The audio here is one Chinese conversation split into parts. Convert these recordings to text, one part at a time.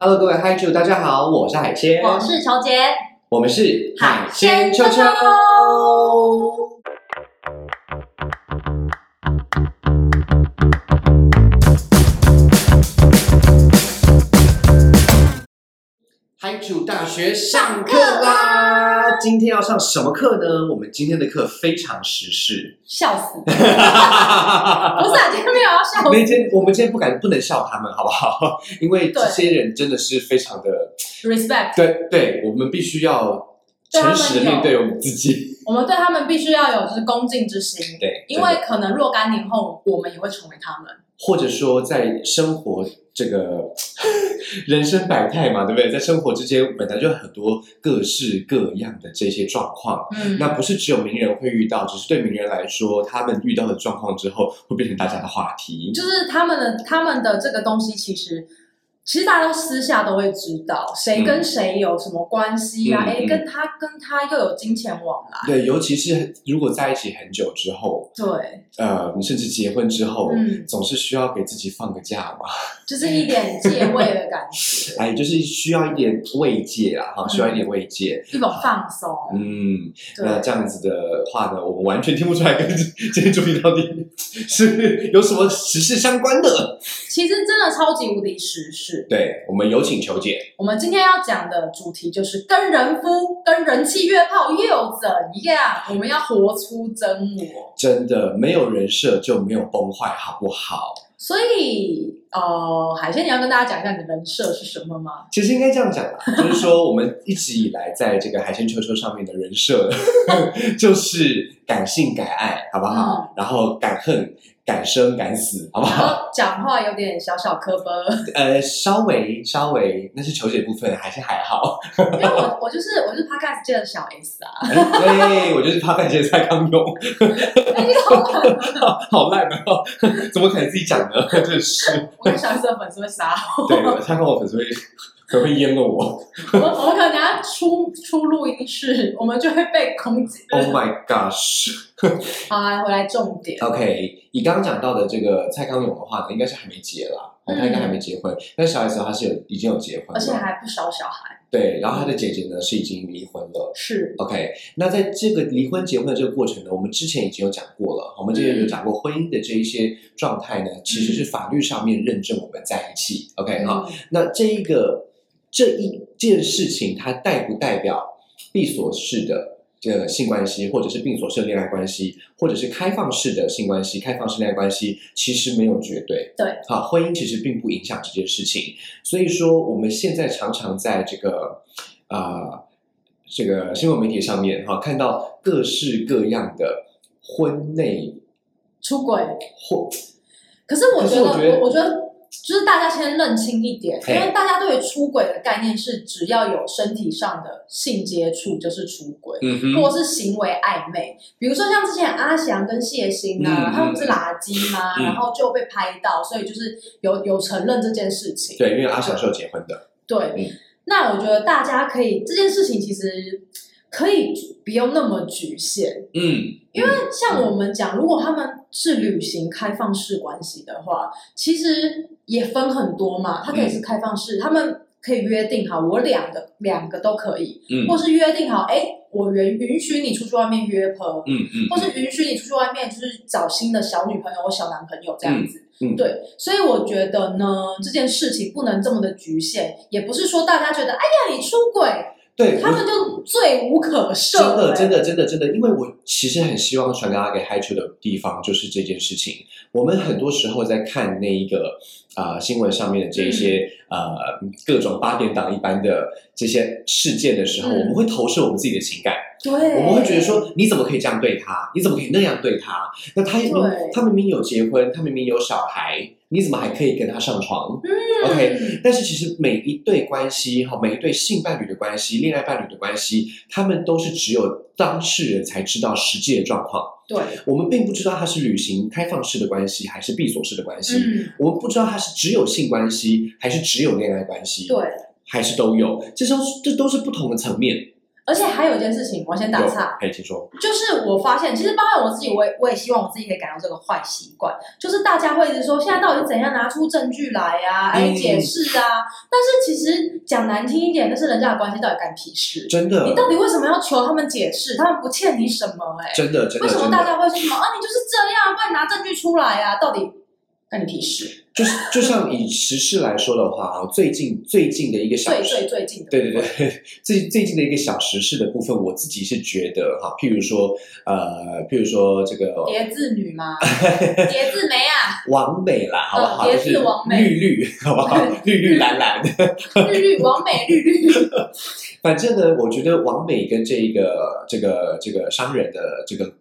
Hello，各位嗨主，大家好，我是海鲜，我是乔杰，我们是海鲜秋秋秋。秋嗨主大学上课啦！今天要上什么课呢？我们今天的课非常时 事。笑死！不是啊，今天没有要笑那天我们今天不敢不能笑他们，好不好？因为这对些人真的是非常的， ，respect。对对，我们必须要对他诚们实的面有对我们自己。 我们对他们必须要有就是恭敬之心，对，因为可能若干年后我们也会成为他们。或者说在生活这个 人生百态嘛，对不对？在生活之间本来就很多各式各样的这些状况。嗯，那不是只有名人会遇到，只是对名人来说，他们遇到的状况之后会变成大家的话题。就是他们的他们的这个东西，其实其实大家都私下都会知道谁跟谁有什么关系啊，嗯哎、嗯跟他跟他又有金钱往来，对，尤其是如果在一起很久之后，对，呃，甚至结婚之后，嗯总是需要给自己放个假嘛， 就是一点借位的感觉，哎，就是需要一点慰藉啦，哈，需要一点慰藉。一种放松，嗯，那对，这样子的话呢，我们完全听不出来跟 今天主题到底是 有什么时事相关的。其实真的超级无敌时事，对，我们有请求解。我们今天要讲的主题就是跟人夫、跟人气约炮又怎样？我们要活出真我。真的，没有人设就没有崩坏，好不好？所以，呃，海鲜，你要跟大家讲一下你的人设是什么吗？其实应该这样讲啦，就是说我们一直以来在这个海鲜球球上面的人设， 就是敢性敢爱，好不好？然后敢恨、敢生、敢死，好不然好？后讲话有点小小磕巴， 呃，稍微稍微，那是球姐部分，还是还好。因为我我就是我就是 podcast 界的小 S 啊，哎对，我就是怕感谢蔡康永。你懂吗？ 好烂哦！怎么可能自己讲呢？ 真是，我跟小 S 的粉丝会杀我，对，他看我粉丝会可能会淹了我。我们我们可能等下出出录音室，我们就会被攻击。 Oh my gosh！OK，、好啊，回来重点， OK，以刚刚讲到的这个蔡康永的话呢，应该是还没结啦，哦他应该还没结婚。但小 S 他是有已经有结婚了，嗯而且还不少小孩，对，然后他的姐姐呢是已经离婚了。是 OK，那在这个离婚结婚的这个过程呢，我们之前已经有讲过了，我们之前嗯有讲过婚姻的这一些状态呢，其实是法律上面认证我们在一起。OK 哈、嗯那这一个这一件事情，它代不代表闭锁式的这个性关系，或者是闭锁式的恋爱关系，或者是开放式的性关系、开放式恋爱关系，其实没有绝对。对，好，婚姻其实并不影响这件事情。所以说，我们现在常常在这个啊、呃这个新闻媒体上面哈、看到各式各样的婚内出轨。或可是我觉得，可是我觉得我我觉得就是大家先认清一点，嘿因为大家对于出轨的概念是，只要有身体上的性接触就是出轨。嗯哼或是行为暧昧，比如说像之前阿翔跟谢欣啊，嗯他们不是垃圾吗？嗯然后就被拍到，所以就是有有承认这件事情。对，因为阿翔是有结婚的，对，嗯那我觉得大家可以这件事情其实可以不用那么局限，嗯，因为像我们讲，如果他们是旅行开放式关系的话，其实也分很多嘛。它可嗯以是开放式，他们可以约定好，我两个两个都可以，嗯或是约定好，哎、我允允许你出去外面约炮，嗯嗯，或是允许你出去外面就是找新的小女朋友或小男朋友这样子。嗯嗯对，所以我觉得呢，这件事情不能这么的局限，也不是说大家觉得，哎呀，你出轨，对，他我们就罪无可赦、真的，真的，的，真的，真的，因为我其实很希望传达给嗨球的地方就是这件事情。我们很多时候在看那一个啊、呃新闻上面的这一些、嗯呃各种八点档一般的这些事件的时候，嗯我们会投射我们自己的情感，对，嗯我们会觉得说你怎么可以这样对他？你怎么可以那样对他？那他明对他明明有结婚，他明明有小孩，你怎么还可以跟他上床、o k 嗯但是其实每一对关系哈，每一对性伴侣的关系、恋爱伴侣的关系，他们都是只有当事人才知道实际的状况。对，我们并不知道他是旅行开放式的关系还是闭锁式的关系，嗯，我们不知道他是只有性关系还是只有恋爱关系，对，，还是都有，这都是这都是不同的层面。而且还有一件事情，我先打有岔，可以请说。就是我发现，其实包含我自己，我也我也希望我自己可以改掉这个坏习惯。就是大家会一直说，现在到底怎样拿出证据来啊，哎、嗯解释啊。但是其实讲难听一点，那是人家的关系，到底干屁事？真的，你到底为什么要求他们解释？他们不欠你什么、哎，真的真的为什么真大的，家会说什么啊？你就是这样，不然拿证据出来啊？到底干你屁事？就是就像以时事来说的话啊，最近最近的一个小最时最最近的，对对对，最最近的一个小时事的部分，我自己是觉得哈，譬如说呃，譬如说这个叠字女 吗？叠字梅啊，王美啦，好不好？呃就别是是王美绿绿，好不好？ 绿绿蓝蓝。绿绿王美绿绿，反正呢，我觉得王美跟这一个这个这个商人的这个，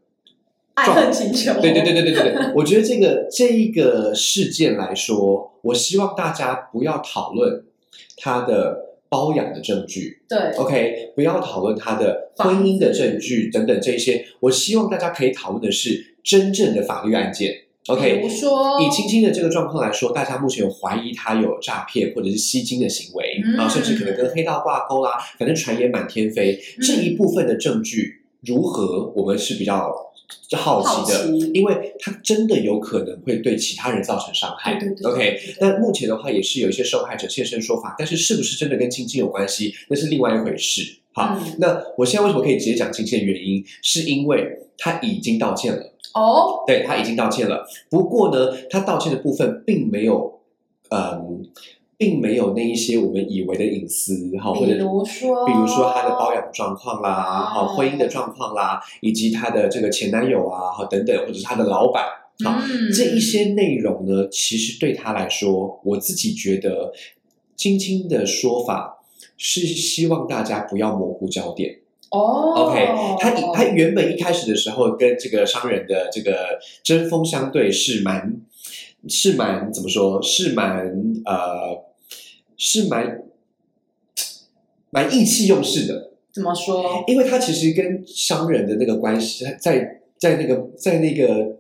爱恨情仇。对对对对对对对，我觉得这个这一个事件来说，我希望大家不要讨论他的包养的证据，对 OK，不要讨论他的婚姻的证据等等这些。我希望大家可以讨论的是真正的法律案件。比 OK，如说以青青的这个状况来说，大家目前有怀疑他有诈骗或者是吸金的行为，嗯然后甚至可能跟黑道挂钩啦，啊反正传言满天飞。嗯这一部分的证据如何，我们是比较好奇的，好奇因为它真的有可能会对其他人造成伤害。对对对 OK，对对对那目前的话也是有一些受害者现身说法，但是是不是真的跟亲亲有关系，那是另外一回事。好，嗯那我现在为什么可以直接讲亲亲的原因，是因为他已经道歉了，哦，对他已经道歉了。不过呢，他道歉的部分并没有，嗯，并没有那一些我们以为的隐私哈，哦或者比如说比如说他的包养的状况啦，哈、哦婚姻的状况啦，以及他的这个前男友啊，哈等等，或者是他的老板，好、嗯这一些内容呢，其实对他来说，我自己觉得晶晶的说法是希望大家不要模糊焦点。哦 OK，他他原本一开始的时候跟这个商人的这个针锋相对是蛮是蛮怎么说是蛮呃是蛮蛮意气用事的。怎么说？因为他其实跟商人的那个关系，在在那个在那个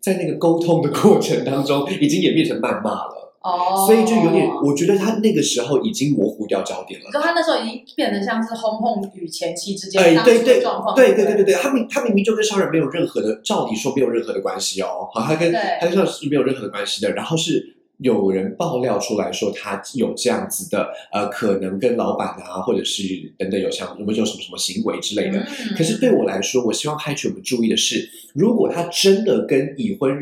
在那个沟通的 过程当中，已经演变成谩骂了，哦，所以就有点，我觉得他那个时候已经模糊掉焦点了。可他那时候已经变得像是轰轰与前妻之间哎，当对初对的状况，对不对对对对，他明他明明就跟商人没有任何的，照理说没有任何的关系哦，好，他跟对他跟商人是没有任何的关系的，然后是。有人爆料出来说他有这样子的，呃，可能跟老板啊，或者是等等有像有没有什么什么行为之类的，嗯可是对我来说，我希望开局我们注意的是，如果他真的跟已婚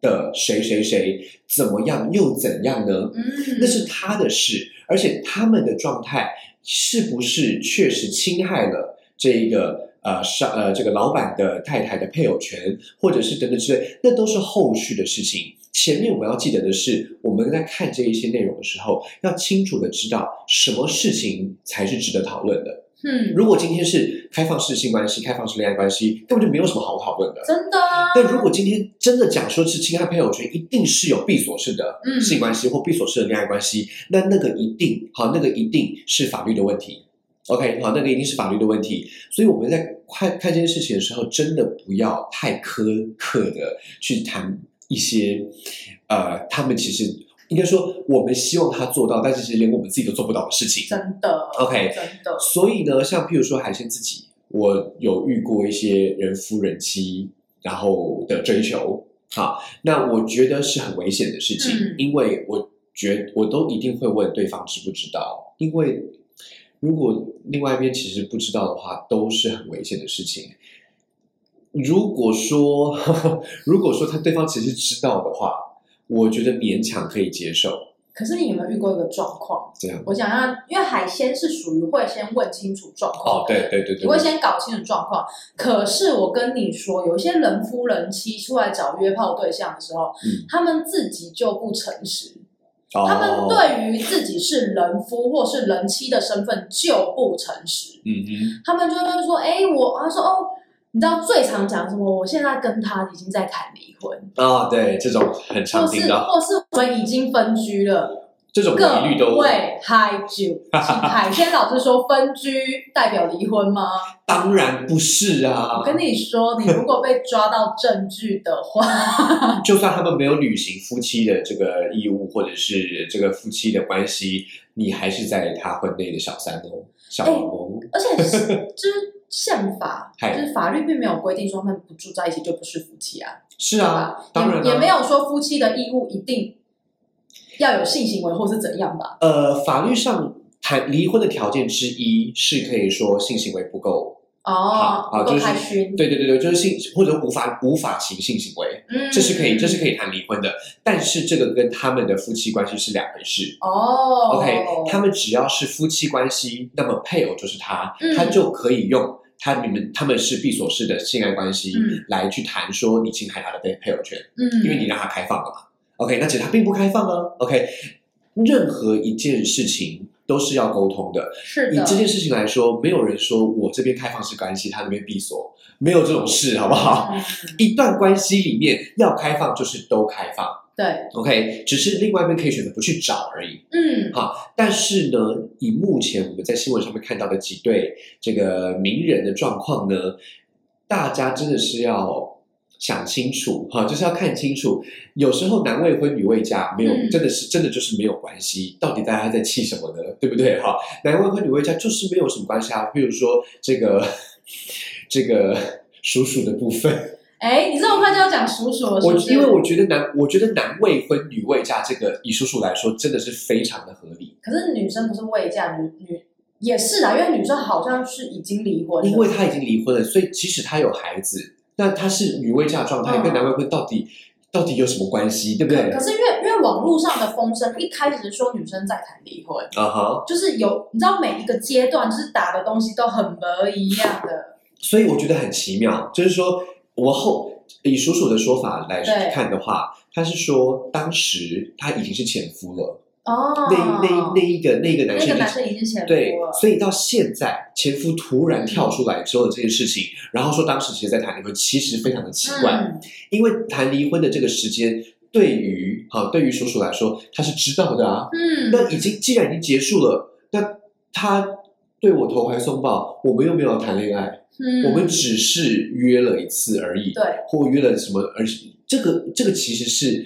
的谁谁谁怎么样又怎样呢？嗯，那是他的事，而且他们的状态是不是确实侵害了这一个呃上呃这个老板的太太的配偶权，或者是等等之类，那都是后续的事情。前面我们要记得的是，我们在看这一些内容的时候，要清楚的知道什么事情才是值得讨论的。嗯，如果今天是开放式性关系、开放式恋爱关系，根本就没有什么好讨论的。真的啊，但如果今天真的讲说是侵害配偶权，一定是有闭锁式的嗯性关系或闭锁式的恋爱关系，那那个一定好，那个一定是法律的问题。OK，好，那个一定是法律的问题。所以我们在看看这件事情的时候，真的不要太苛刻的去谈一些，呃，他们其实应该说我们希望他做到，但是其实连我们自己都做不到的事情。真的 OK 真的，所以呢，像譬如说海鲜自己，我有遇过一些人夫人妻，然后的追求，好，那我觉得是很危险的事情，嗯因为我觉我都一定会问对方知不知道，因为如果另外一边其实不知道的话，都是很危险的事情。如果说 如果说他对方其实知道的话，我觉得勉强可以接受，可是你有没有遇过一个状况？这样。我想要，因为海鲜是属于会先问清楚状况哦，的对对对对你会对，先搞清楚状况。可是我跟你说，有一些人夫人妻出来找约炮对象的时候，嗯他们自己就不诚实，哦他们，对于自己是人夫或是人妻的身份就不诚实，嗯哼，他们就会说：“哎、我他说哦，你知道最常讲什么？我现在跟他已经在谈离婚，啊、对，这种很常或听是到，或是我们已经分居啊了。”这种各疑虑都位嗨酒，请海鲜老师说分居代表离婚吗？当然不是啊我。跟你说，你如果被抓到证据的话，就算他们没有履行夫妻的这个义务，或者是这个夫妻的关系，你还是在他婚内的小三哦，小哎王哦。哦，而且 是就是宪法，嗨就是法律并没有规定说他们不住在一起就不是夫妻啊，是对啊吧，？当然、啊、也也没有说夫妻的义务一定要有性行为或是怎样吧？呃，法律上谈离婚的条件之一是可以说性行为不够，哦好，好不够就是开心，对对对对，就是性或者无法无法行性行为，嗯，这是可以这是可以以谈离婚的，但是这个跟他们的夫妻关系是两回事。哦 OK，他们只要是夫妻关系，那么配偶就是他，嗯他就可以用他你们他们是闭锁式的性爱关系、嗯来去谈说你侵害他的配配偶权。嗯，因为你让他开放了嘛。OK，那其实他并不开放啊。OK，任何一件事情都是要沟通的。是以的，这件事情来说，没有人说我这边开放式关系，他那边闭锁，没有这种事，好不好？嗯一段关系里面要开放就是都开放对， ，OK，只是另外一边可以选择不去找而已。嗯但是呢，以目前我们在新闻上面看到的几对这个名人的状况呢，大家真的是要想清楚哈、就是要看清楚。有时候男未婚女未嫁，没有、嗯真的是真的就是没有关系。到底大家在气什么呢？对不对哈、男未婚女未嫁就是没有什么关系啊。比如说这个 这个叔叔的部分，哎，你这么快就要讲叔叔了，是我不是？因为我觉得男我觉得男未婚女未嫁这个以叔叔来说真的是非常的合理。可是女生不是未嫁，女女也是啊，因为女生好像是已经离婚了，因为他已经离婚了，所以即使他有孩子，那他是女未嫁状态，嗯跟男未婚到底到底有什么关系，对不对可可？是因为因为网络上的风声一开始说女生在谈离婚，啊哈就是有你知道每一个阶段就是打的东西都很不一样的，所以我觉得很奇妙，就是说我后以叔叔的说法来对看的话，他是说当时他已经是前夫了，哦，那那那一个那一个男那生已个经男生已经前夫对了，，嗯所以到现在前夫突然跳出来之后的这件事情，然后说当时其实在谈离婚，其实非常的奇怪。嗯，因为谈离婚的这个时间，对于啊对于叔叔来说，他是知道的啊。嗯，那已经既然已经结束了，那他对我投怀送抱，我们又没有谈恋爱，嗯我们只是约了一次而已，对，或约了什么，而这个这个其实是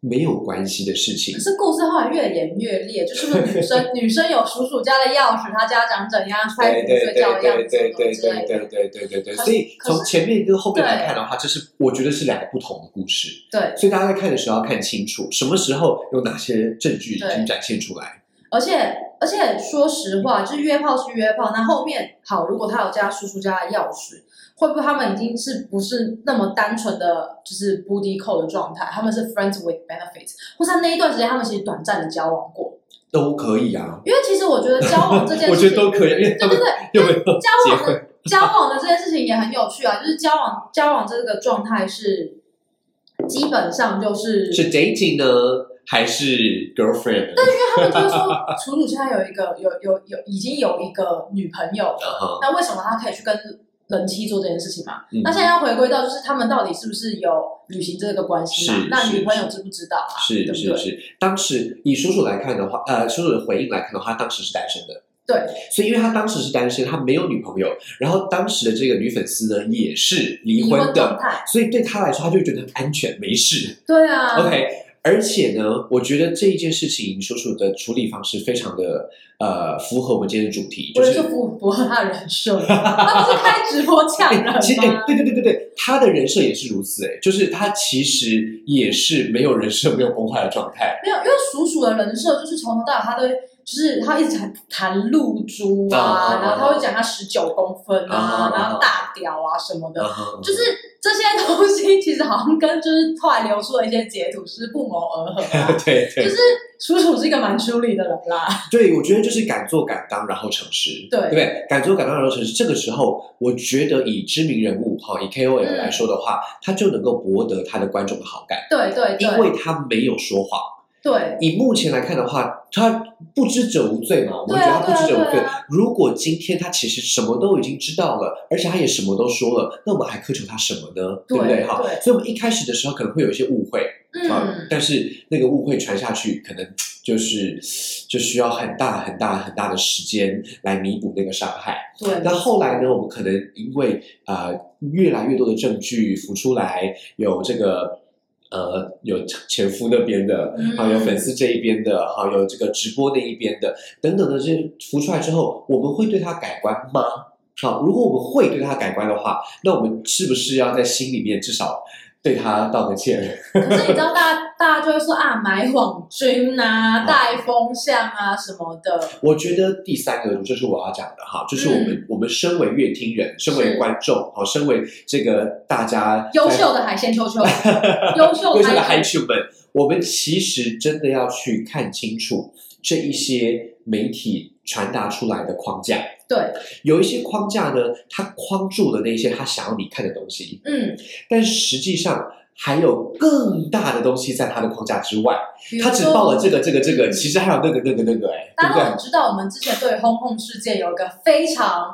没有关系的事情可。是故事后来越演越烈，就是不是 女生女生有叔叔家的钥匙，他家长怎样，对开始对睡觉的样对子对对对什么对之类的对对对对对，可是所以可是从前面跟后面来对看的话，这是我觉得是两个不同的故事。对，所以大家在看的时候要看清楚，什么时候有哪些证据已经对展现出来。而且而且说实话，就是约炮是约炮，那后面好，如果他有加叔叔家的钥匙，会不会他们已经是不是那么单纯的就是 booty call 的状态？他们是 friends with benefits，或是那一段时间他们其实短暂的交往过？都可以啊，因为其实我觉得交往这件事情，我觉得都可以，因为他对们对对，又没 有交结往的婚，交往的这件事情也很有趣啊，就是交往交往这个状态是基本上就是是 dating 呢，还是 girlfriend？呢因为他们就是说， 楚楚现在有一个有有有已经有一个女朋友了，啊哈那为什么他可以去跟人妻做这件事情嘛？嗯那现在要回归到就是他们到底是不是有履行这个关系嘛是？那是女朋友知不知道啊？对是不是对？是，当时以叔叔来看的话，呃，叔叔的回应来看的话，他当时是单身的，对，所以因为他当时是单身，他没有女朋友，然后当时的这个女粉丝呢也是离离婚婚状的，态，所以对他来说，他就觉得很安全，没事。对啊 OK，而且呢，我觉得这一件事情叔叔的处理方式非常的呃符合我们今天的主题，我就也是是符符合他的人设，他不是开直播抢人哎，吗？其实 哎，对对对对对，他的人设也是如此哎，就是他其实也是没有人设、没有崩坏的状态。没有，因为鼠鼠的人设就是从头到尾他都会就是他一直谈谈露珠啊啊啊，啊然后他会讲他十九公分啊啊啊啊，然后大屌啊什么的，嗯就是这些东西其实好像跟就是后来流出的一些截图是不谋而合 啊、 对就对是楚楚是一个蛮疏离的人啦，对，我觉得就是敢做敢当，然后诚实，对对不对？敢做敢当，然后诚实。这个时候，我觉得以知名人物哈，以 KOL 嗯来说的话，他就能够博得他的观众的好感， 对对因对为他没有说谎。对，以目前来看的话，他不知者无罪嘛，我们觉得他不知者无对啊对罪啊对啊。如果今天他其实什么都已经知道了，而且他也什么都说了，那我们还苛求他什么呢？对不对？对哈，对所以我们一开始的时候可能会有一些误会啊嗯，，但是那个误会传下去，可能就是就需要很大很大很大的时间来弥补那个伤害。对，那后来呢，我们可呃能因为啊越来越多的证据浮出来，有这个。呃有前夫那边的，啊嗯好有粉丝这一边的，好有这个直播那一边的，等等的这些浮出来之后，我们会对他改观吗？好，如果我们会对他改观的话，那我们是不是要在心里面至少对他道个歉？ 可是你知道大家大家就会说啊，买网军啊，带风向啊什么的，我觉得第三个就是我要讲的哈，就是我们、我们身为乐听人，身为嗯是观众，好，身为这个大家优在秀的海鲜 球球，优秀优秀的海孩子们，我们其实真的要去看清楚这一些媒体传达出来的框架。对，有一些框架呢，它框住了那些他想要你看的东西，嗯，但实际上还有更大的东西在它的框架之外。比如他只报了这说嗯个、这个、这个，其实还有那个、那个、那个、哎，对大不家都对很？知道，我们之前对轰轰事件有一个非常，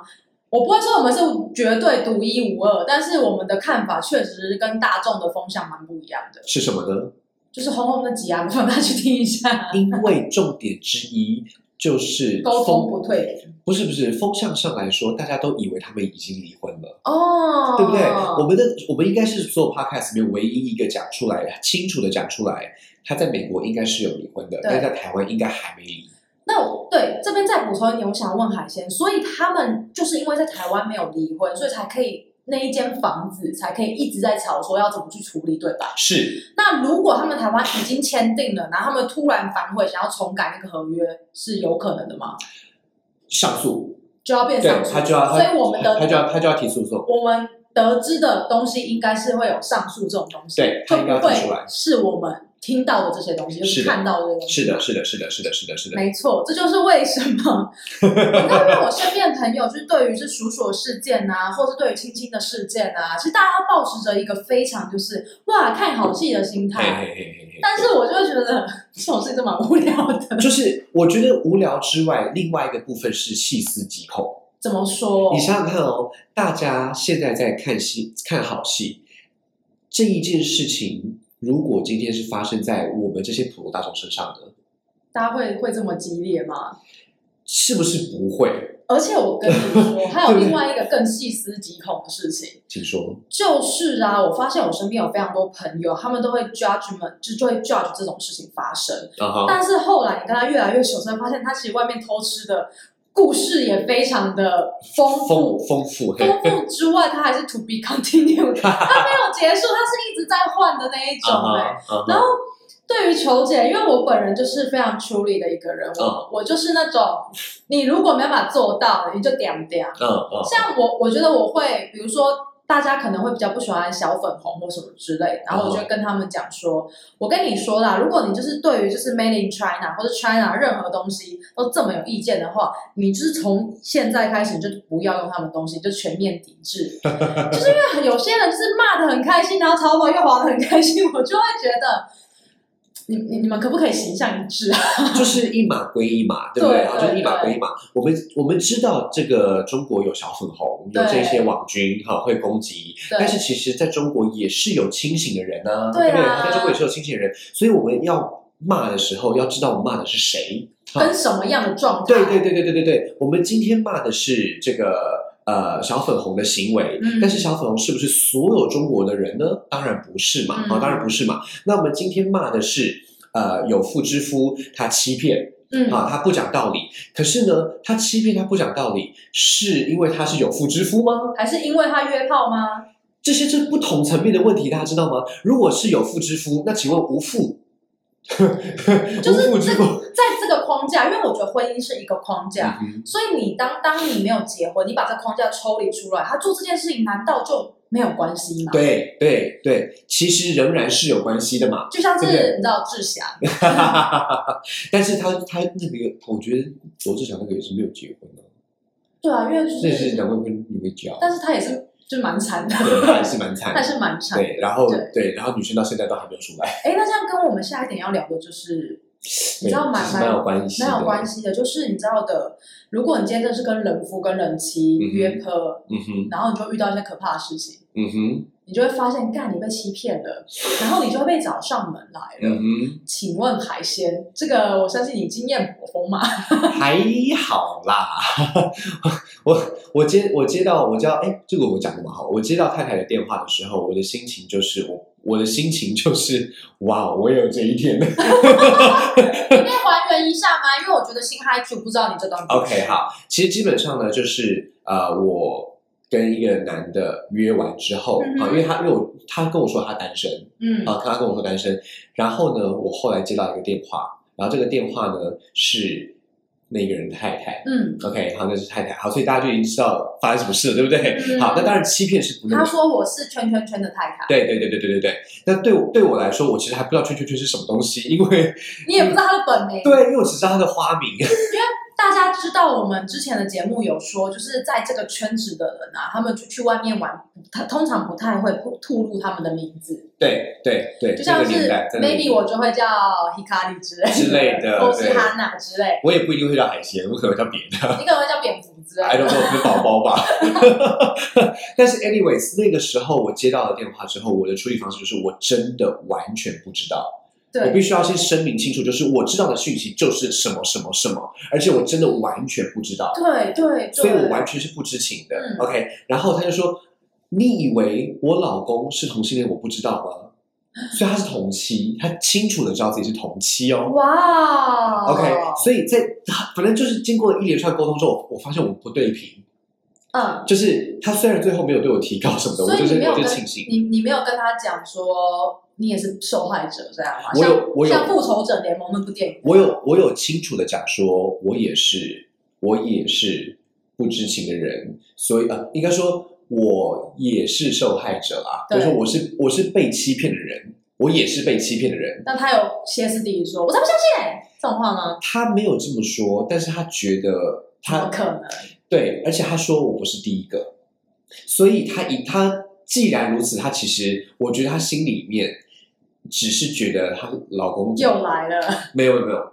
我不会说我们是绝对独一无二，但是我们的看法确实跟大众的风向蛮不一样的。是什么呢？就是轰轰的挤压，让大家去听一下。因为重点之一就是沟通风不对不是不是风向上来说，大家都以为他们已经离婚了。哦，对不对？我们的我们应该是所有 podcast 里面唯一一个讲出来清楚的讲出来，他在美国应该是有离婚的，对但在台湾应该还没离。那我对这边再补充一点，我想问海鲜，所以他们就是因为在台湾没有离婚，所以才可以那一间房子才可以一直在吵说要怎么去处理，对吧？是那如果他们台湾已经签订了，然后他们突然反悔想要重改那个合约，是有可能的吗？上诉，就要变对上诉，他就要所他以我们的他就要他就要提诉讼，我们得知的东西应该是会有上述这种东西，对就它应该不要提出会来是我们听到的这些东西，就是是的看到的这些东西。是的，是的，是的，是的，是的，是的，没错，这就是为 什么你知道，因为我身边的朋友，就是对于这属所事件啊，或是对于亲亲的事件啊，其实大家保持着一个非常就是哇看好戏的心嘿态，嘿嘿嘿嘿。但是我就会觉得 这种事情就蛮无聊的。 就是我觉得无聊之外，另外一个部分是细思极恐。怎么说你？想想看哦，大家现在在看戏、看好戏这一件事情，如果今天是发生在我们这些普罗大众身上呢，大家会会这么激烈吗？是不是不会？而且我跟你说，还有另外一个更细思极恐的事情。请说。就是啊，我发现我身边有非常多朋友，他们都会 judgment，就就会 judge 这种事情发生。啊哈，但是后来你跟他越来越熟，才发现他其实外面偷吃的故事也非常的丰丰富。丰富，嘿丰富之外，他还是 to be continued，他没有结束，他是一直在换的那一啊种、哈欸。啊然哈，后对于球姐，因为我本人就是非常处理的一个人，我、嗯我就是那种，你如果没办法做到，你就点点。嗯嗯，像我，我觉得我会，比如说大家可能会比较不喜欢小粉红或什么之类，然后我就嗯跟他们讲说，我跟你说啦，如果你就是对于就是 Made in China 或者 China 任何东西都这么有意见的话，你就是从现在开始你就不要用他们东西，你就全面抵 制。就是因为有些人就是骂的很开心，然后淘宝又滑的很开心，我就会觉得。你你你们可不可以形象一致啊？就是一码归一码，对不对？对然后就是对一码归一码。我们我们知道这个中国有小粉红，有对这些网军哈会攻击，对但是其实在中国也是有清醒的人啊，对啊不对？在中国也是有清醒的人，所以我们要骂的时候要知道我们骂的是谁。跟什么样的状态？对对对对对对对，我们今天骂的是这个。呃，小粉红的行为，嗯但是小粉红是不是所有中国的人呢？当然不是嘛，啊、嗯当然不是嘛。那我们今天骂的是，呃，有妇之夫他欺骗，嗯，啊，他不讲道理。可是呢，他欺骗他不讲道理，是因为他是有妇之夫吗？还是因为他约炮吗？这些这不同层面的问题，大家知道吗？如果是有妇之夫，那请问无妇， 就无是妇这之夫，在这个框架，因为我觉得婚姻是一个框架，嗯哼所以你当当你没有结婚，你把这框架抽离出来，他做这件事情难道就没有关系吗？，对对对，其实仍然是有关系的嘛。 就像是对不对你知道志祥，但是他他那个，我觉得罗志祥那个也是没有结婚的，对啊，因为这就也是是，两位婚女会交，但是他也是就蛮惨的，对，他也是蛮惨 他也的。是蛮惨。对，然后对对，然后女生到现在都还没有出来，哎，那这样跟我们下一点要聊的就是。你对知道蛮其 实蛮有关系的，蛮有关系的，就是你知道的，如果你今天真的是跟人夫跟人妻嗯哼约炮，嗯哼，然后你就遇到一些可怕的事情，嗯哼，你就会发现，干你被欺骗了，然后你就会被找上门来了。嗯请问海鲜，这个我相信你经验颇丰嘛？哼，还好啦。 我我接我接到我知道，哎，这个我讲的蛮好。我接到太太的电话的时候，我的心情就是我我的心情就是 哇，我也有这一天。你可以还原一下吗？因为我觉得新嗨剧不知道你这段故事 OK，好，其实基本上呢，就是呃，我跟一个男的约完之后啊、嗯哼因为他因为我他跟我说他单身嗯啊、他跟我说单身，然后呢，我后来接到一个电话，然后这个电话呢是那个人的太太。嗯， OK，好，那是太太，好，所以大家就已经知道发生什么事了，对不对？嗯好，那当然欺骗是不那他么说我是圈圈圈的太太，对对对对对对对。那对我对我来说，我其实还不知道圈圈圈是什么东西，因为你也不知道他的本名。对，因为我只知道他的花名。 大家知道我们之前的节目有说，就是在这个圈子的人啊，他们出去外面玩，他通常不太会吐吐露他们的名字，对对对，就像这个是年代在那个 maybe 年代我就会叫 Hikari 之类之类的或是对 Hanna 之类，我也不一定会叫海鲜，我可能会叫别的。你可能会叫蝙蝠之类 I 的。 don't know，是宝宝吧。 但是，anyways，那个时候我接到了电话之后，我的处理方式就是我真的完全不知道。我必对，须要先声明清楚，就是我知道的讯息就是什么什么什么，而且我真的完全不知道，对对，所以我对完全是不知情的。嗯 OK，然后他就说：“你以为我老公是同性恋，我不知道吗？”所以他是同妻，他清楚的知道自己是同妻哦。哇 OK，所以在反正就是经过一连串沟通之后，我我发现我不对频，嗯，就是他虽然最后没有对我提高什么的，我所以就你是没有我就跟庆幸。你你没有跟他讲说你也是受害者这样吗？我有像我有像复仇者联盟那部电影，我有我有清楚的讲说，我也是我也是不知情的人，所以呃，应该说我也是受害者啦，就对是我是我是被欺骗的人，我也是被欺骗的人。但他有歇斯底里说：“我才不相信、这种话吗？他没有这么说，但是他觉得怎么他可能？对，而且他说我不是第一个，所以他以他既然如此，他其实我觉得他心里面只是觉得她老公又来了没有没有没有，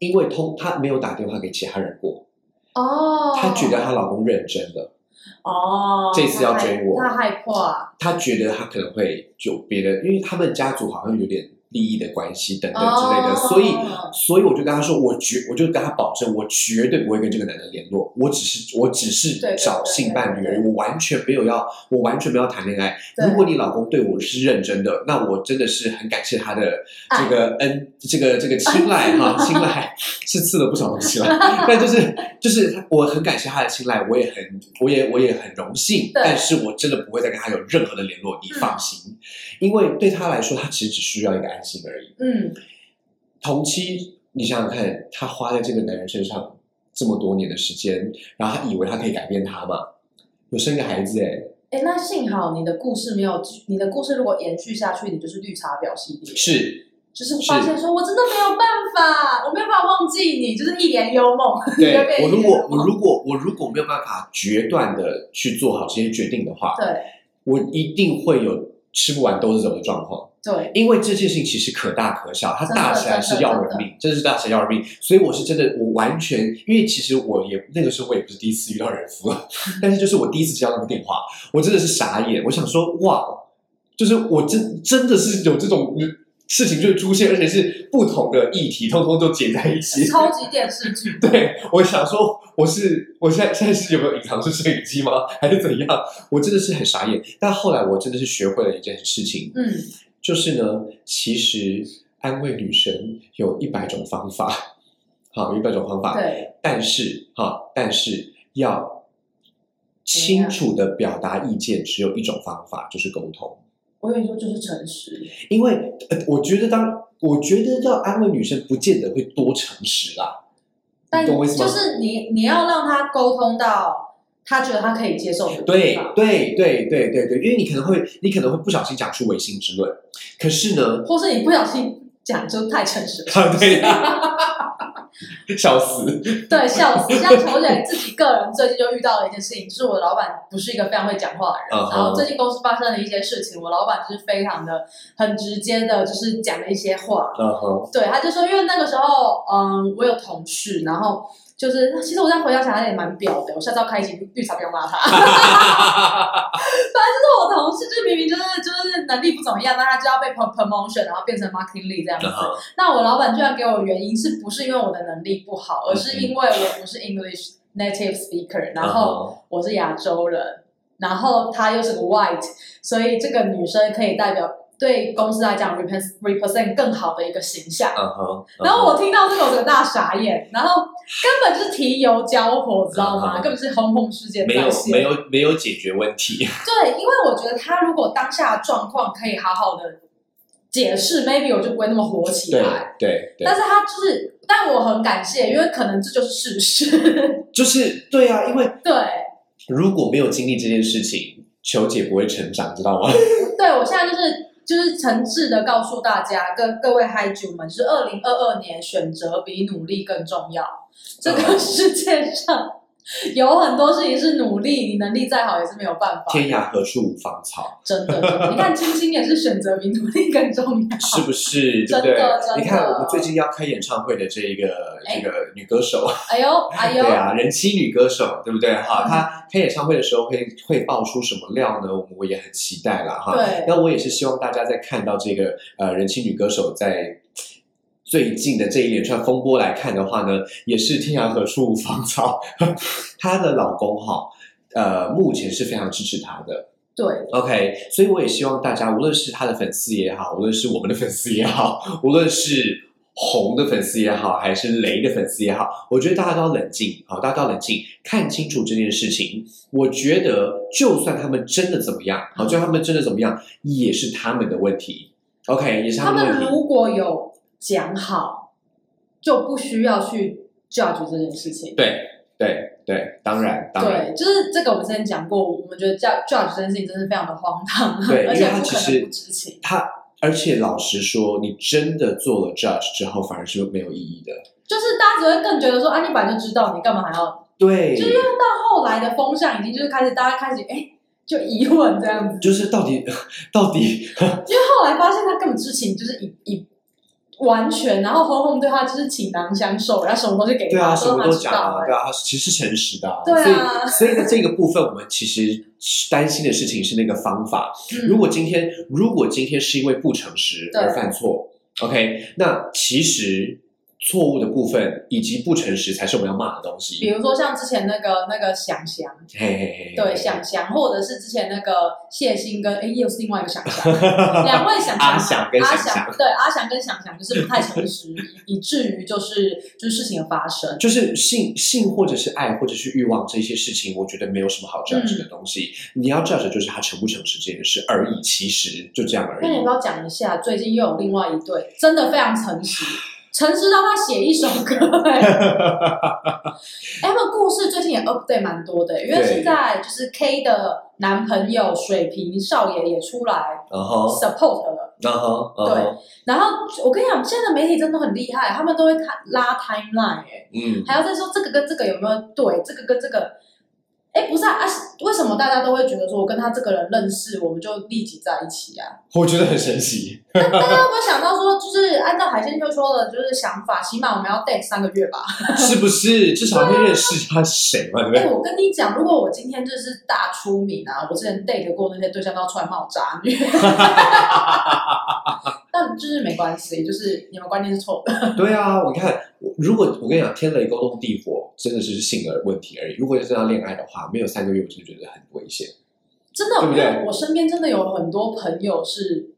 因为通她没有打电话给其他人过，哦！她觉得她老公认真了，哦，这次要追我他害他害怕她觉得她可能会就别的，因为他们家族好像有点利益的关系等等之类的，哦所以。所以我就跟她说，我绝，我就跟她保证，我绝对不会跟这个男的联络。我只是，我只是对对对找性伴侣而对已，我完全没有要，我完全没有要谈恋爱。对如果你老公对我是认真的，那我真的是很感谢他的这啊个恩，这个这个青睐哈，青睐是赐了不少东西啦。 但就是就是我很感谢他的青睐，我也很我也我也很荣幸，对但是我真的不会再跟他有任何的联络，你嗯放心，因为对他来说，他其实只需要一个安心而已。嗯，同期，你想想看，他花在这个男人身上这么多年的时间，然后他以为他可以改变他嘛？有生一个孩子哎、哎，那幸好你的故事没有，你的故事如果延续下去，你就是绿茶婊系列， 是，就是发现说我真的没有办法，我没有办法忘记你，就是一帘幽梦。 你就变对我如果一帘幽我梦如果我如果没有办法决断的去做好这些决定的话，对我一定会有吃不完兜着走的状况。对，因为这件事情其实可大可小，它大起来是要人命，真的是大起来要人命。所以我是真的，我完全因为其实我也那个时候我也不是第一次遇到人夫 了，但是就是我第一次接到那个电话，我真的是傻眼，我想说哇，就是我真真的是有这种事情就出现，而且是不同的议题，通通都结在一起。超级电视剧。对，我想说，我是我现在现在是有没有隐藏式摄影机吗？还是怎样？我真的是很傻眼。但后来我真的是学会了一件事情，嗯，就是呢，其实安慰女生有一百种方法，好，有一百种方法，对，但是哈，但是要清楚的表达意见，只有一种方法，就是沟通。我跟你说就是诚实。因为呃，我觉得当我觉得要安慰女生，不见得会多诚实啦，但你懂我意思吗？就是你你要让他沟通到他觉得他可以接受的地对方，对对对对对，因为你可能会，你可能会不小心讲出违心之论，可是 呢， 或是你不小心讲就太诚实了，啊对呀、笑死，对，笑死。像球姐自己个人最近就遇到了一件事情，就是我老板不是一个非常会讲话的人嗯哼然后最近公司发生了一些事情，我老板就是非常的很直接的，就是讲了一些话，嗯哼，对，他就说，因为那个时候，嗯，我有同事，然后就是，其实我在回 想起来，他也蛮表的。我下次要开一集绿茶，不要骂他。反正就是我同同事就明明就是就是能力不怎么样，但他就要被 prom- promotion，然后变成 marketing lead 这样子。然后那我老板居然给我原因是不是因为我的能力不好，而是因为我不是 English native speaker，然嗯后我是亚洲人，然后她又是个 white，所以这个女生可以代表对公司来讲 represent represent 更好的一个形象。嗯哼，然后我听到这个，我整个大傻眼，然后根本就是提油交火，知道吗？嗯根本是轰轰世界没有在线。没有没有解决问 题，对，因为我觉得他如果当下的状况可以好好的解释，maybe 我就不会那么火起对来。对对但，是他就是，但我很感谢，因为可能这就是事实。 就是对啊，因为对，如果没有经历这件事情，球姐不会成长，知道吗？对我现在就是就是诚挚的告诉大家，跟各位嗨主们，就是二零二二年选择比努力更重要。这个嗯世界上有很多事情是努力，你能力再好也是没有办法。天涯何处无芳 草，真的，真的你看青青也是选择比努力更重要。 是不是？对真不的对真的？你看我们最近要开演唱会的这一个哎这个女歌手，哎呦，哎对呦，啊，人妻女歌手，对不对？哈，嗯她开演唱会的时候会会爆出什么料呢？我们也很期待啦，哈。对那我也是希望大家在看到这个呃人气女歌手在最近的这一连串风波来看的话呢，也是天涯何处无 芳草。她的老公哈，呃，目前是非常支持她的。对， OK，所以我也希望大家，无论是她的粉丝也好，无论是我们的粉丝也好， 无论是红的粉丝也好，还是雷的粉丝也好，我觉得大家都要冷静，好，大家都要冷静，看清楚这件事情。我觉得，就算他们真的怎么样，好，就算他们真的怎么样，也是他们的问题。OK，也是他们的们问题。如果有讲好，就不需要去 judge 这件事情。对对对，当然当然，对，就是这个我们之前讲过，我们觉得 judge judge 这件事情真是非常的荒唐，对 而因为且它不其可实能不知情。他而且老实说，你真的做了 judge 之后，反而是没有意义的。就是大家只会更觉得说，啊，你本来就知道，你干嘛还要？对，就是因为到后来的风向已经就是开始，大家开始哎、就疑问这样子。就是到底 到底 啊后来发现他根本知情，就是以以完全，然后红红对他就是倾囊相授，然后什么东西给对他，啊，什让么他都知讲道啊，了。对啊，他其实是诚实的、啊，对啊所以所以呢，这个部分我们其实担心的事情是那个方法。嗯如果今天如果今天是因为不诚实对而犯错，OK，那其实错误的部分以及不诚实才是我们要骂的东比西。如说像之前那个那个想翔，嘿嘿嘿嘿，对想翔，或者是之前那个谢欣跟哎又是另外一个想 翔，两位想翔，阿翔跟阿想翔翔对阿翔跟想翔就是不太诚实，以以至于就是就是事情的发生。就是性性或者是爱或者是欲望这些事情，我觉得没有什么好嗯 judge 的东西。你要 judge 的就是他诚不诚实这件事而已，其实就这样而已。那你要不要讲一下，最近又有另外一对真的非常诚实，诚实到他写一首歌、哎哎他们故事最近也 update 蛮多的、因为对现在就是 K 的男朋友水瓶少爷也出来然后， support 了。然后，然对后，然后我跟你讲，现在的媒体真的很厉害，他们都会看拉 timeline，哎、嗯，还要再说这个跟这个有没有对，这个跟这个，哎，不是啊，啊，为什么大家都会觉得说我跟他这个人认识，我们就立即在一起啊？ 我觉得很神奇。大家有没有想到说，就是按照海鲜秋说的，就是想法，起码我们要 date 三个月吧？是不是？至少会认识他是谁嘛，对不哎， 对？我跟你讲，如果我今天就是大出名啊，我之前 date 过那些对象都要穿帽渣女， 但就是没关系，就是你们观念是错的。对啊，我看，我如果我跟你讲，天雷勾动地火，真的只是性格问题而已。如果是要恋爱的话，没有三个月，我就觉得很危险。真的，对不对因为我身边真的有很多朋友是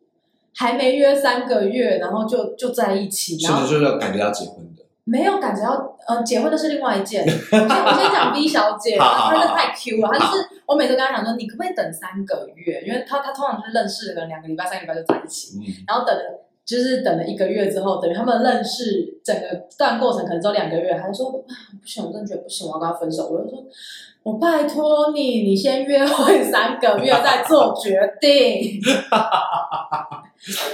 还没约三个月，然后就就在一起，然甚后至就是要感觉要结婚的。没有感觉到，呃，结婚的是另外一 件。我先我先讲 B 小姐，好好好她真的太 Q 了，她就是我每次跟她讲说，你可不可以等三个月？因为她她通常就是认识的人两个礼拜、三个礼拜就在一起，嗯，然后等了。就是等了一个月之后，等于他们认识整个段过程可能只有两个月，她就说啊不行，我真的觉得不行，我要跟他分手。我就说，我拜托你，你先约会三个月再做决定。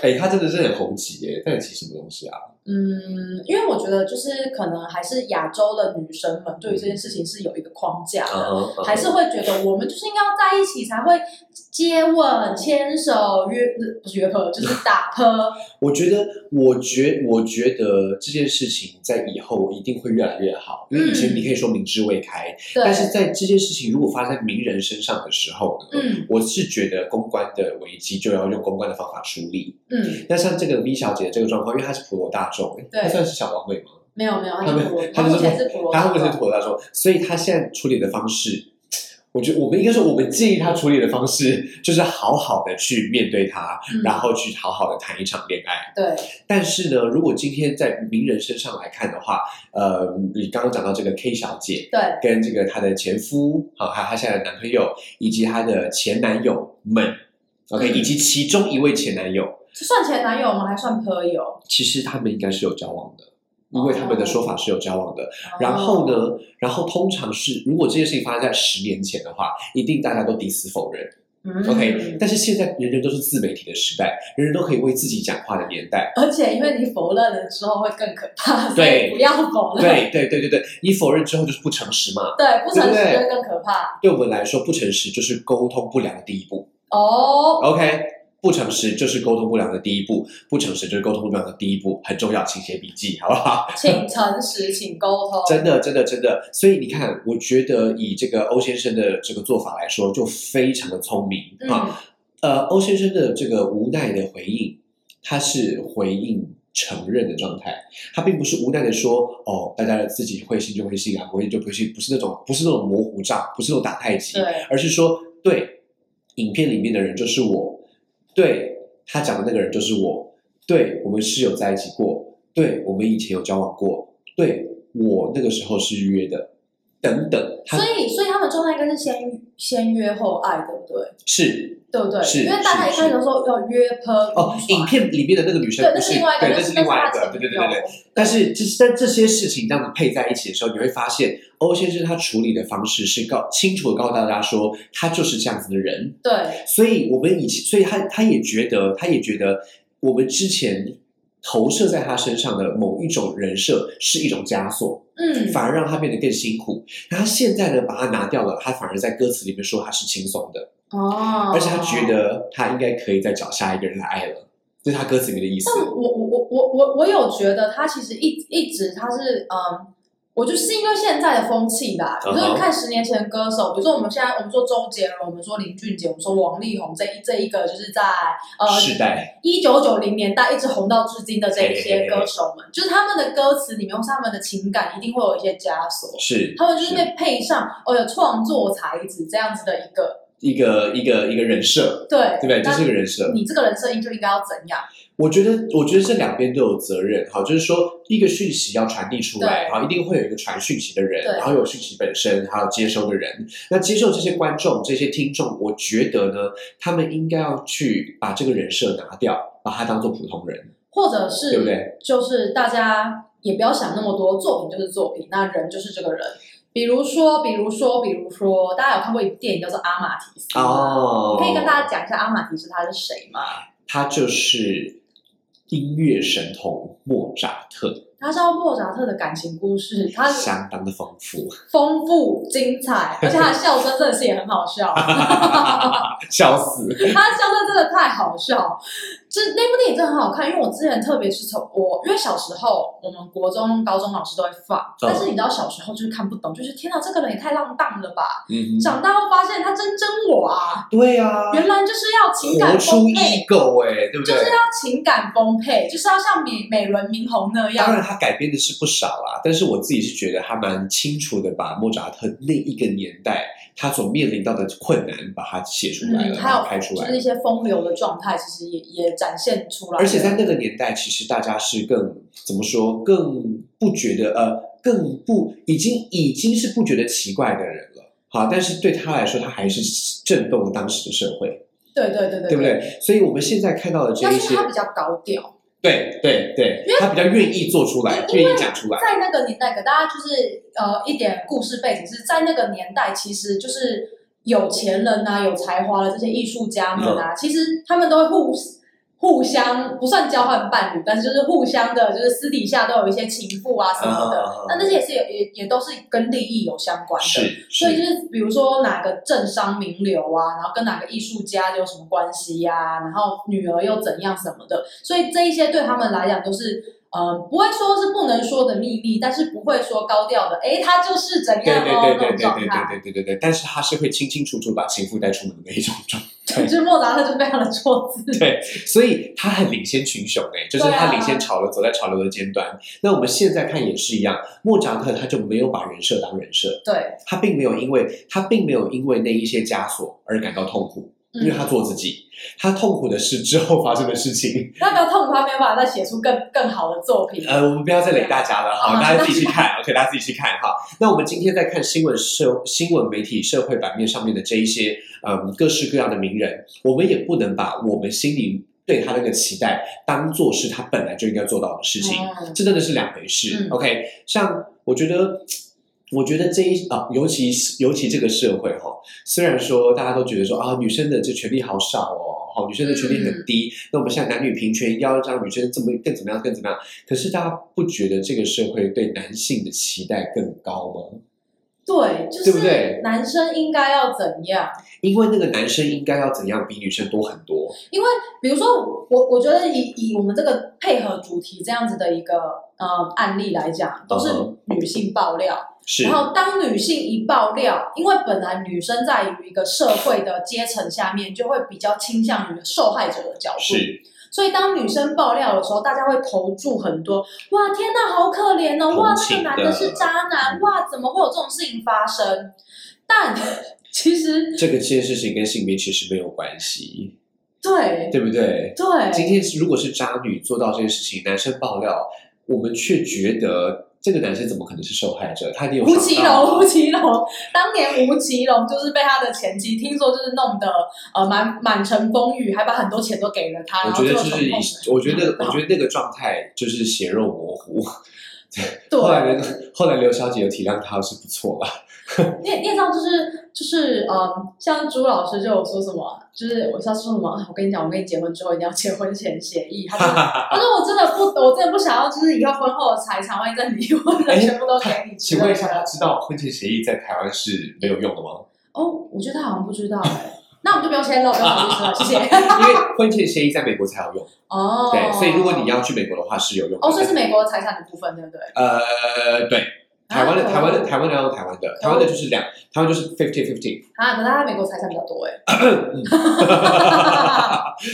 哎、他真的是很红极耶，但其实什么东西啊？嗯，因为我觉得就是可能还是亚洲的女生们对于这件事情是有一个框架的，嗯还是会觉得我们就是应该要在一起才会接吻、牵手、约不是约炮，就是打 炮。我觉得，我觉，我觉得这件事情在以后一定会越来越好，因为以前嗯你可以说明知未开，对，但是在这这件事情如果发生在名人身上的时候呢，嗯我是觉得公关的危机就要用公关的方法处理。嗯，那像这个 V 小姐这个状况，因为她是普罗大众，诶对她算是小王位吗？没有没有，他们普罗他他们目是前是普罗他大会众，不会是妥大众，所以他现在处理的方式，我觉得我们应该说，我们建议他处理的方式就是好好的去面对他，嗯然后去好好的谈一场恋爱。对，但是呢，如果今天在名人身上来看的话，呃，你刚刚讲到这个 K 小姐对，跟这个她的前夫，啊，还有她现在的男朋友以及她的前男友们，OK，、嗯以及其中一位前男友，是算前男友吗？还算朋友？其实他们应该是有交往的。因为他们的说法是有交往的，然哦后？呢，然后通常是如果这件事情发生在十年前的话，一定大家都抵死否认。嗯 OK，但是现在人人都是自媒体的时代，人人都可以为自己讲话的年 代。而且因为你否认了之后会更可怕，所对以不要否认，对对对对对，你否认之后就是不诚实嘛。对，不诚实对不对会更可怕对我们来说，不诚实就是沟通不良的第一步。哦。 OK，不诚实就是沟通不良的第一步，不诚实就是沟通不良的第一步，很重要，请写笔记，好不好？请诚实，请沟通，真的，真的，真的。所以你看，我觉得以这个欧先生的这个做法来说，就非常的聪明、啊。嗯呃，欧先生的这个无奈的回应，他是回应承认的状态，他并不是无奈的说哦，大家自己会信就会信啊，不会信就不会信，不是那种不是那种模糊账，不是那种打太极，对，而是说对，影片里面的人就是我，对他讲的那个人就是我，对我们是有在一起过，对我们以前有交往过，对我那个时候是约的，等等，他所以所以他们状态应该是先先约后爱，对不对？是对不对？是因为大家一开始都说要约喷哦，影片里面的那个女生对，不那是是另外一个，对，那那是另外一个，对对对对对。但是这是在这些事情这样子配在一起的时候，你会发现欧先生他处理的方式是告清楚的告诉大家说，他就是这样子的人，对所以我们以前，所以他他也觉得，他也觉得我们之前投射在他身上的某一种人设是一种枷锁，嗯，反而让他变得更辛苦。那他现在呢，把它拿掉了，他反而在歌词里面说他是轻松的，哦，而且他觉。得他应该可以再找下一个人来爱了，这是他歌词里面的意思。但我我我我我我有觉得他其实一一直他是嗯，我就是因为现在的风气吧，比如嗯说哼你看十年前的歌手，比如说我们现在我们说周杰伦，我们说林俊杰，我们说王力宏这一这一个就是在呃世代一九九零年代一直红到至今的这一些嘿嘿嘿歌手们，就是他们的歌词里面，或是他们的情感一定会有一些枷锁，是他们就是被配上哦有创作才子这样子的一个一个一个一个人设，对对不对？这那是一个人设。你这个人设就应该要怎样？我觉得，我觉得这两边都有责任。好，就是说，一个讯息要传递出来，对好，一定会有一个传讯息的人，对然后有讯息本身，还有接收的人。那接受这些观众、这些听众，我觉得呢，他们应该要去把这个人设拿掉，把他当做普通人，或者是对不对？就是大家也不要想那么多，作品就是作品，那人就是这个人。比如说，比如说，比如说，大家有看过一部电影叫做《阿玛提斯》吗？哦你可以跟大家讲一下阿玛提斯他是谁吗？他就是音乐神童莫扎特，他是莫扎特的感情故事，他是相当的丰富， 丰富精彩，而且他的笑声真的是也很好 笑，笑死！ 他的笑声真的太好笑。这那部电影真的很好看，因为我之前特别是从我，因为小时候我们国中、高中老师都会放，嗯但是你知道小时候就是看不懂，就是天哪，这个人也太浪荡了吧！嗯哼，长大后发现他真真我啊，对啊，原来就是要情感活出丰一沛，狗哎，对不就对？是要情感丰沛，就是要像美美轮明宏那当样。然，他改编的是不少啦，但是我自己是觉得他蛮清楚的，把莫扎特那一个年代他所面临到的困难，把它写出来了，嗯，把还它有拍出就来是一了。些风流的状态，其实也也展现出来了。而且在那个年代，其实大家是更怎么说，更不觉得呃，更不已经已经是不觉得奇怪的人了。好，但是对他来说，他还是震动了当时的社会，对对对对对不？对？所以我们现在看到的这但一是些，他比较高调，对对对，他比较愿意做出来，因为愿意讲出来。在那个年代，给大家就是呃一点故事背景是在那个年代，其实就是有钱人呐、有才华的这些艺术家们啊，其实他们都会互互相不算交换伴侣，但是就是互相的，就是私底下都有一些情妇啊什么的。啊那这些也是有也也都是跟利益有相关的，是，所是以就是比如说哪个政商名流啊，然后跟哪个艺术家有什么关系呀、然后女儿又怎样什么的，所以这一些对他们来讲都是呃，不会说是不能说的秘密，但是不会说高调的，哎，他就是怎 对样对哦对那对种对对状对态，对对对对，但是他是会清清楚楚把情妇带出门的那一种状态就，是莫扎特就非常的错字，对，所以他很领先群雄哎、就是他领先潮流，走在潮流的尖端。那我们现在看也是一样，莫扎特他就没有把人设当人设，对，他并没有因为他并没有因为那一些枷锁而感到痛苦，因为嗯，他做自己，他痛苦的是之后发生的事情。他比较痛苦，他没有办法再写出更更好的作品，呃，我们不要再雷大家了哈，嗯大家自己去看，OK，大家自己去看哈。那我们今天在看新闻社、新闻媒体、社会版面上面的这一些，嗯，各式各样的名人，我们也不能把我们心里对他那个期待当做是他本来就应该做到的事情，嗯这真的是两回事。嗯 OK，像我觉得，我觉得这一啊，尤其是尤其这个社会哈、虽然说大家都觉得说啊，女生的这权利好少哦，好、女生的权利嗯很低，那我们现在男女平权，要让女生怎么更怎么样更怎么样？可是大家不觉得这个社会对男性的期待更高吗？对，就对不对是男生应该要怎样？因为那个男生应该要怎样比女生多很多，因为比如说我，我觉得以以我们这个配合主题这样子的一个呃案例来讲，都是嗯女性爆料。是然后当女性一爆料，因为本来女生在于一个社会的阶层下面，就会比较倾向于受害者的角度。是所以当女生爆料的时候，大家会投注很多，哇，天呐，好可怜哦，同哇，这情个的嗯男的是渣男，哇，怎么会有这种事情发生？但其实这个这件事情跟性别其实没有关系，对对不对？对，今天是如果是渣女做到这件事情，男生爆料，我们却觉得这个男生怎么可能是受害者？他一定有吴想奇到隆，吴奇隆，当年吴奇隆就是被他的前妻听说就是弄得呃满满城风雨，还把很多钱都给了啊他，我然后觉最得后就是以捅，我觉得然我后觉得那个状态就是血肉模糊。后来对，呢，后来刘小姐有体谅他是不错了。你也你也知道就是就是嗯，像朱老师就有说什么，就是我上次说什么，啊我跟你讲，我跟你结婚之后一定要结婚前协议， 他说他说我真的不，我真的不想要，就是以后婚后的财产，万一真的离婚了，哎全部都给你之请类的。问一下，他知道婚前协议在台湾是没有用的吗？哦，我觉得他好像不知道哎，那我们就不用签了，不用好意思了，谢谢。 因为婚前协议在美国才有用，哦，对，所以如果你要去美国的话是有用的。哦，所以是美国财产的部分，对不对？呃，对，台湾的啊台湾的台湾的要用台湾的，台湾的就是两，台湾就是 fifty fifty。啊，可是他在美国财产比较 多哎。嗯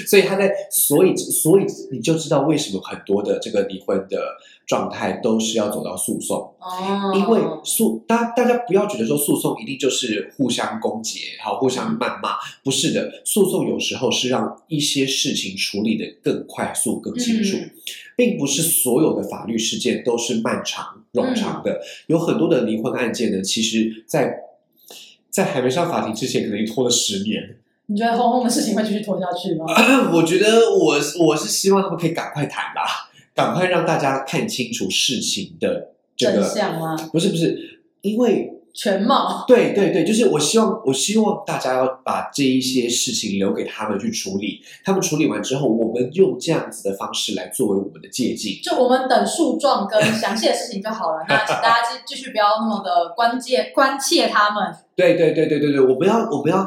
所以他在，所以所以你就知道为什么很多的这个离婚的状态都是要走到诉讼， 哦，因为诉大大家不要觉得说诉讼一定就是互相攻讦，好互相谩骂，不是的，诉讼有时候是让一些事情处理的更快速、更清楚，嗯并不是所有的法律事件都是漫长冗长的，有很多的离婚案件呢，其实在在还没上法庭之前，可能已经拖了十年。你觉得轰轰的事情会继续拖下去吗？ 我觉得我我是希望他们可以赶快谈啦， 赶快让大家看清楚事情的这真个，相吗？不是不是，因为全貌。对对对，就是我希望我希望大家要把这一些事情留给他们去处理，他们处理完之后，我们用这样子的方式来作为我们的借鉴。就我们等诉状跟详细的事情就好 了。那请大家继继续不要那么的关切关切他们。对对对对对对，我们要我们要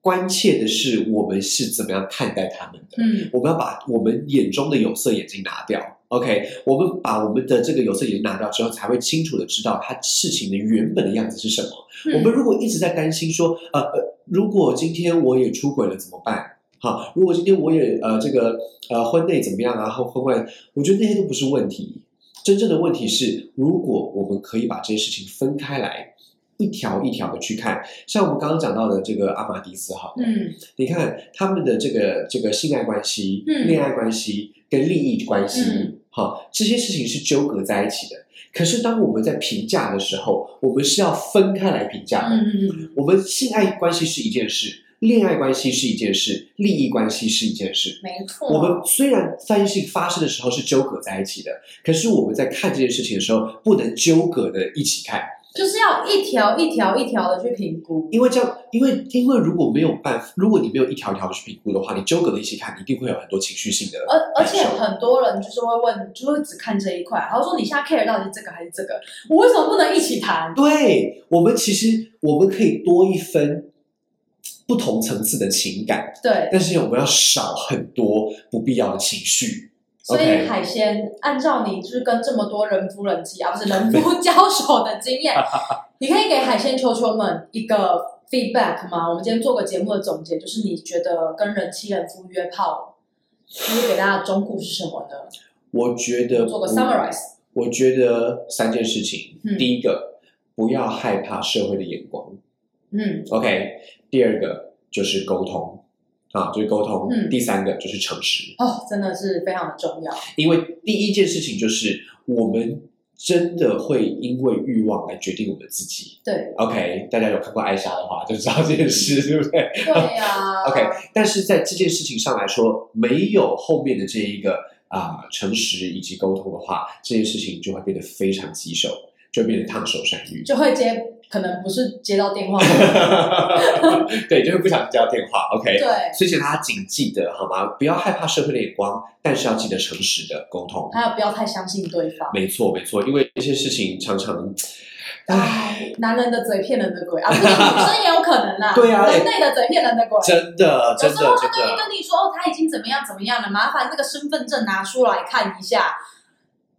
关切的是我们是怎么样看待他们的。嗯，我们要把我们眼中的有色眼镜拿掉。OK，我们把我们的这个有色眼镜拿掉之后，才会清楚的知道它事情的原本的样子是什么。我们嗯如果一直在担心说，呃，呃如果今天我也出轨了怎么办？哈，如果今天我也呃这个呃婚内怎么样啊，或婚外，我觉得那些都不是问题。真正的问题是，如果我们可以把这些事情分开来，一条一条的去看，像我们刚刚讲到的这个阿玛迪斯，好了，嗯你看他们的这个这个性爱关系、嗯恋爱关系跟利益关系嗯，好、这些事情是纠葛在一起的。可是当我们在评价的时候，我们是要分开来评价的。嗯嗯我们性爱关系是一件事，恋爱关系是一件事，利益关系是一件事。没错。我们虽然翻性发生的时候是纠葛在一起的，可是我们在看这件事情的时候，不能纠葛的一起看。就是要一条一条一条的去评估。因为这样，因为因为如果没有办法，如果你没有一条一条去评估的话，你纠葛的一起看，你一定会有很多情绪性的。而而且感受很多人就是会问，就会只看这一块，然后说你现在 care 到底是这个还是这个，我为什么不能一起谈？对我们其实我们可以多一分不同层次的情感，对，但是我们要少很多不必要的情绪。所以 OK 海鲜按照你就是跟这么多人夫人妻啊，不是人夫 交手的经验，你可以给海鲜球球们一个 feedback 吗？我们今天做个节目的总结，就是你觉得跟人妻人夫约炮，你给大家的忠告是什么呢？我觉得做个不 summarize。我觉得三件事情，嗯第一个不要害怕社会的眼光嗯，OK。第二个就是沟通啊，就是沟通。嗯第三个就是诚实，哦，真的是非常的重要。因为第一件事情就是我们真的会因为欲望来决定我们自己。 对 OK，大家有看过艾莎的话就知道这件事，对不对？对呀、 OK 但是在这件事情上来说，没有后面的这一个啊、诚实以及沟通的话，这件事情就会变得非常棘手，就会变得烫手山 芋。就会接，可能不是接到 电话。对，就是不想接到电话。OK，对，所以请大家谨记得好吗？不要害怕社会的眼光，但是要记得诚实的沟通。还有不要太相信对方。没错，没错，因为这些事情常常，唉，哎，男人的嘴骗人的鬼啊，不是女生也有可能啦。 对啊人类的嘴骗人的鬼。真的，有真的，时候他真都的。会跟你说哦，他已经怎么样怎么样了，麻烦那个身份证拿出来看一下。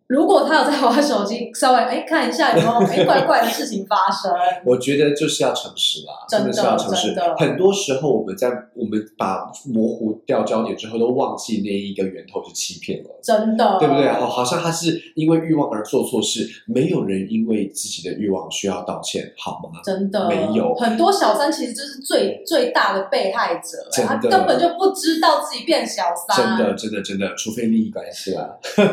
如果他有在玩手机，稍微哎看一下有没有哎怪怪的事情发生。 我觉得就是要诚实啦，真的的是要诚实真的。很多时候我们在我们把模糊掉焦点之后，都忘记那一个源头是欺骗了。真的，对不哦对？好，好像他是因为欲望而做错事，没有人因为自己的欲望需要道歉，好吗？真的没有很多小三其实就是最最大的被害者，哎真的他根本就不知道自己变小真三。的，真的，真的，除非利益关系啦。 对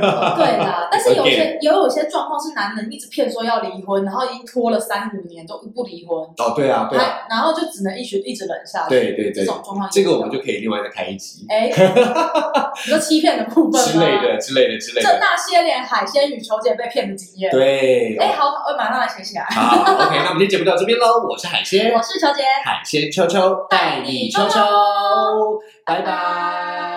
啦，但是有 Again 些也有些状况是男人一直骗说要离婚，然后已经拖了三五年都不离婚，哦，对啊，对啊，还然后就只能一直一直忍下去。对对这对，种状况这也有个我们就可以另外再开一集 哎，你说欺骗的部分吗之类，的、之类的、之类这的。那些年海鲜与球姐被骗的经验。对，哦哎，好，我马上来写起来。好，OK，那我们今天节目到这边喽。我是海鲜我，是球姐，海鲜秋秋带带你你秋秋秋秋，拜拜拜。